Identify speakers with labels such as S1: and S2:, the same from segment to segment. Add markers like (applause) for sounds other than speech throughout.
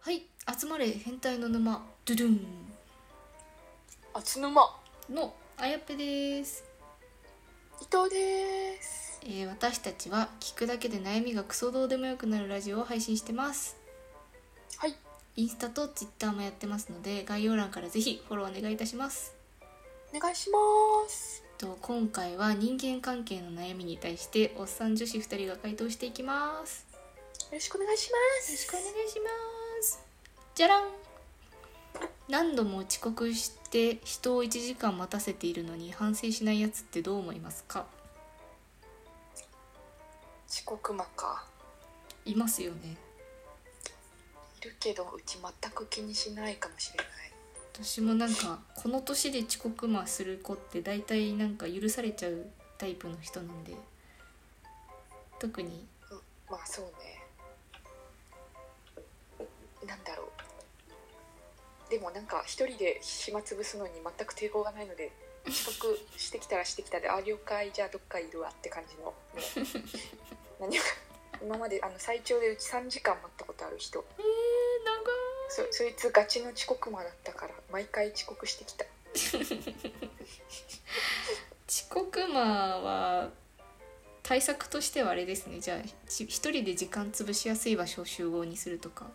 S1: はい集まれ変態の沼ドゥドゥ
S2: あつぬま
S1: ンのあやっぺです、
S2: 伊藤です
S1: えー私たちは聞くだけで悩みがクソどうでもよくなるラジオを配信してます
S2: はい
S1: インスタとツイッターもやってますので概要欄からぜひフォローお願いいたします
S2: お願いします
S1: と今回は人間関係の悩みに対しておっさん女子2人が回答していきます
S2: よろしくお願いします
S1: よろしくお願いしますじゃらん何度も遅刻して人を1時間待たせているのに反省しないやつってどう思いますか
S2: 遅刻魔か
S1: いますよね
S2: いるけどうち全く気にしないかもしれない
S1: 私もなんかこの年で遅刻まあする子って大体なんか許されちゃうタイプの人なんで特に
S2: まあそうねなんだろうでもなんか一人で暇つぶすのに全く抵抗がないので遅刻してきたらしてきたで「あ了解じゃあどっかいるわ」って感じのもう何も今まであの最長でうち3時間待ったことある人
S1: えー、長
S2: そそいつガチの遅刻魔だったから毎回遅刻してきた
S1: 遅刻まあは対策としてはあれですねじゃあち一人で時間潰しやすい場所を集合にするとか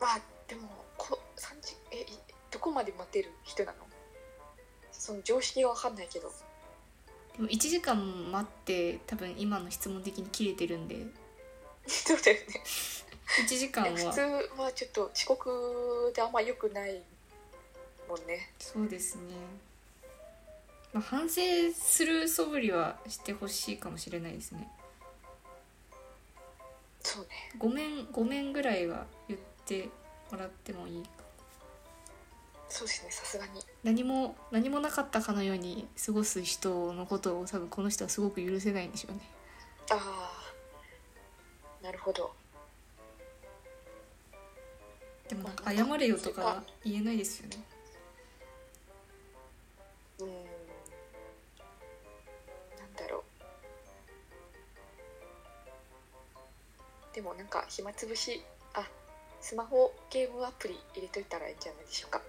S2: まあでもこ3時えいどこまで待てる人なのその常識が分かんないけど (laughs)
S1: でも1時間待って多分今の質問的に切れてるんで
S2: そうだよね
S1: 1時間
S2: 普通
S1: は
S2: はちょっと遅刻であんま良くないもんね
S1: そうですね、まあ、反省する素振りはしてほしいかもしれないですね
S2: そうね
S1: ごめんごめんぐらいは言ってもらってもいいか
S2: そうですねさすがに
S1: 何も何もなかったかのように過ごす人のことを多分この人はすごく許せないんでしょうね
S2: ああなるほど
S1: でもなんか謝れよとかは言えないですよね
S2: うーんなんだろうでもなんか暇つぶしあスマホゲームアプリ入れといたらいいんじゃないでしょうか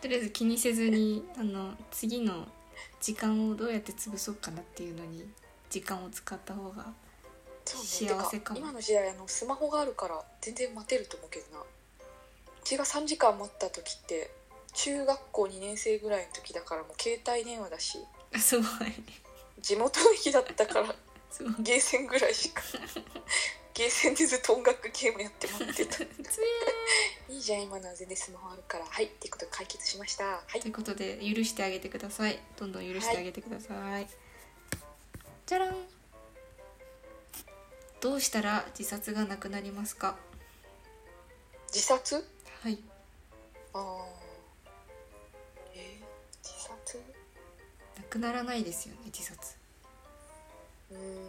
S1: とりあえず気にせずにあの次の時間をどうやって潰そうかなっていうのに時間を使った方が
S2: そうね
S1: 幸せ
S2: て
S1: か
S2: か
S1: も
S2: 今の時代あのスマホがあるから全然待てると思うけどなうちが3時間待った時って中学校2年生ぐらいの時だからもう携帯電話だし
S1: あすごい
S2: 地元の日だったから
S1: (laughs) すごい
S2: ゲーセンぐらいしかゲーセンでずっと音楽ゲームやって待ってた
S1: つえ
S2: いいじゃん今のは全然スマホあるからはいっていうことで解決しましたはい
S1: ーということで許してあげてくださいどんどん許してあげてください、じゃらんどうしたら自殺がなくなりますか
S2: 自殺
S1: はい
S2: あーえー自殺
S1: なくならないですよね自殺
S2: うーん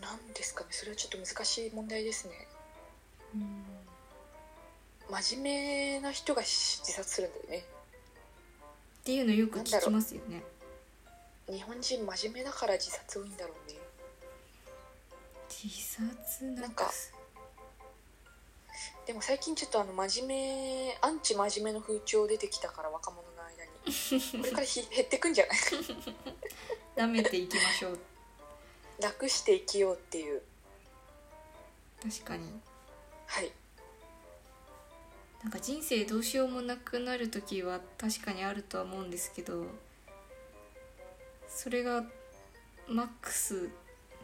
S2: なんですかねそれはちょっと難しい問題ですね
S1: うん
S2: 真面目な人がし自殺するんだよね
S1: っていうのよく聞きますよね
S2: 日本人真面目だから自殺多いんだろうね
S1: 自殺な
S2: なんん
S1: か
S2: かでも最近ちょっとあの真面目アンチ真面目の風潮出てきたから若者の間にこれからひ減ってくんじゃない (laughs)
S1: 舐めていきましょう
S2: 楽して生きようっていう
S1: 確かに
S2: はい
S1: なんか人生どうしようもなくなる時は確かにあるとは思うんですけどそれがマックス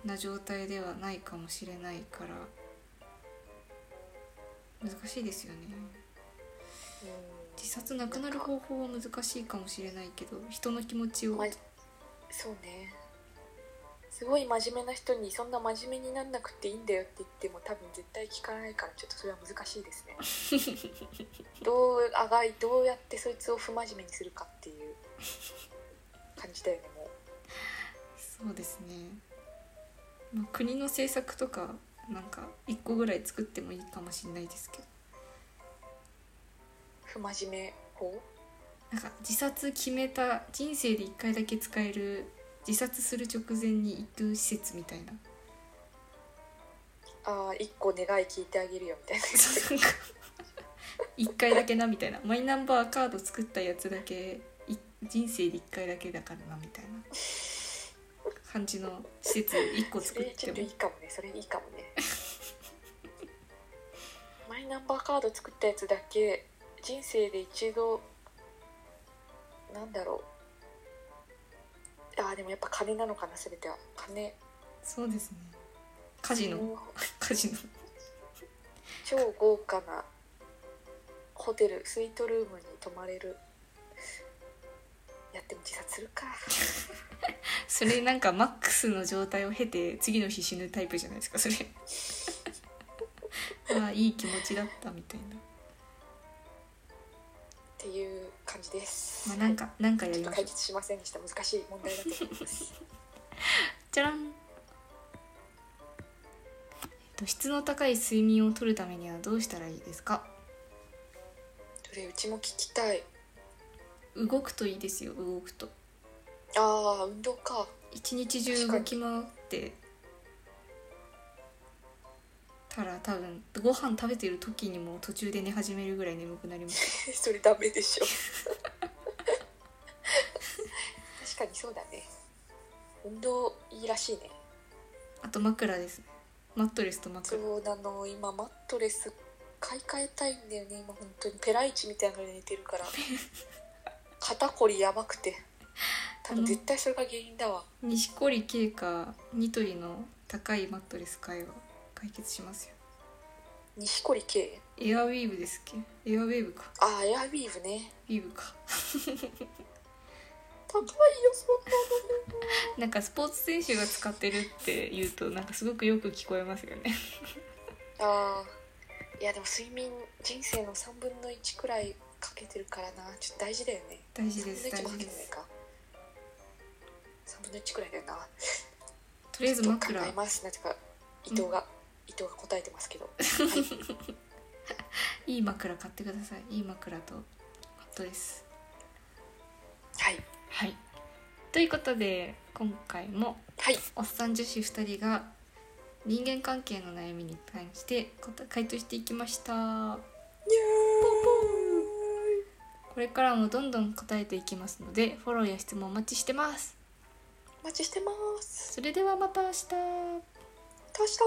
S1: な状態ではないかもしれないから難しいですよね自殺なくなる方法は難しいかもしれないけど人の気持ちを
S2: まそうねすごい真面目な人にそんな真面目になんなくていいんだよって言っても多分絶対聞かないからちょっとそれは難しいですねどうあがいどうやってそいつを不真面目にするかっていう感じだよねも
S1: (laughs) そうですね、まあ、国の政策とかなんか一個ぐらい作ってもいいかもしれないですけど
S2: う不真面目法
S1: なんか自殺決めた人生で1回だけ使える自殺する直前に行く施設みたいな (laughs)
S2: ああ1個願い聞いてあげるよみたいな
S1: そうなんか1回だけなみたいなマイナンバーカード作ったやつだけい人生で1回だけだからなみたいな感じの施設1個
S2: そ
S1: 作っ
S2: れち
S1: て
S2: ょっとい
S1: も
S2: いかもねそれいいかもね (laughs) マイナンバーカード作ったやつだけ人生で一度なんだろうああでもやっぱ金なのかな全ては金
S1: そうですねカジノカジノ
S2: 超豪華なホテルスイートルームに泊まれるやっても自殺するか
S1: それなんかマックスの状態を経て次の日死ぬタイプじゃないですかそれ (laughs) ああいい気持ちだったみたいな
S2: っていう感じです、
S1: まあなんかなんかや
S2: ちょ
S1: り
S2: っと
S1: ましょ
S2: 解
S1: う
S2: 決しませんでした難しい問題だと
S1: (laughs)
S2: 思います
S1: じゃらん、えっと、質の高い睡眠をとるためにはどうしたらいいですか
S2: それうちも聞きたい
S1: 動くといいですよ動くと
S2: ああ運動か (laughs)
S1: 一日中動き回ってたら多分ご飯食べてる時にも途中で寝始めるぐらい眠くなります
S2: それダメでしょ確かにそうだね運動いいらしいね
S1: あと枕ですねマットレスと
S2: そ
S1: 枕
S2: うなの今マットレス買い替えたいんだよね今本当にペライチみたいなので寝てるから (laughs) 肩こりやばくて多分絶対それが原因だわ
S1: 錦織圭かニトリの高いマットレス買えば解決しますよ
S2: 錦織圭
S1: エアウィーブですっけエアウィーブか
S2: ああエアウィーヴね
S1: ウィーブか
S2: 高いよそんな
S1: なんかスポーツ選手が使ってるって言うとなんかすごくよく聞こえますよね
S2: あーいやでも睡眠人生の3分の1くらいかけてるからなちょっと大事だよね
S1: (laughs) 大事です
S2: 3
S1: 大
S2: 分の1
S1: 事
S2: もかけ
S1: で
S2: てない
S1: す
S2: か3分の1くらいだよな
S1: とりあえず
S2: ちょ
S1: 枕
S2: っと考えますなんていうか伊藤が、伊藤が答えてますけどはい
S1: いい枕買ってくださいいい枕とマットレス
S2: はい、
S1: はいということで今回も
S2: はい、
S1: おっさん女子2人が人間関係の悩みに関して答え回答していきましたこれからもどんどん答えていきますのでフォローや質問お待ちしてます
S2: お待ちしてます
S1: それではまた明日
S2: どうした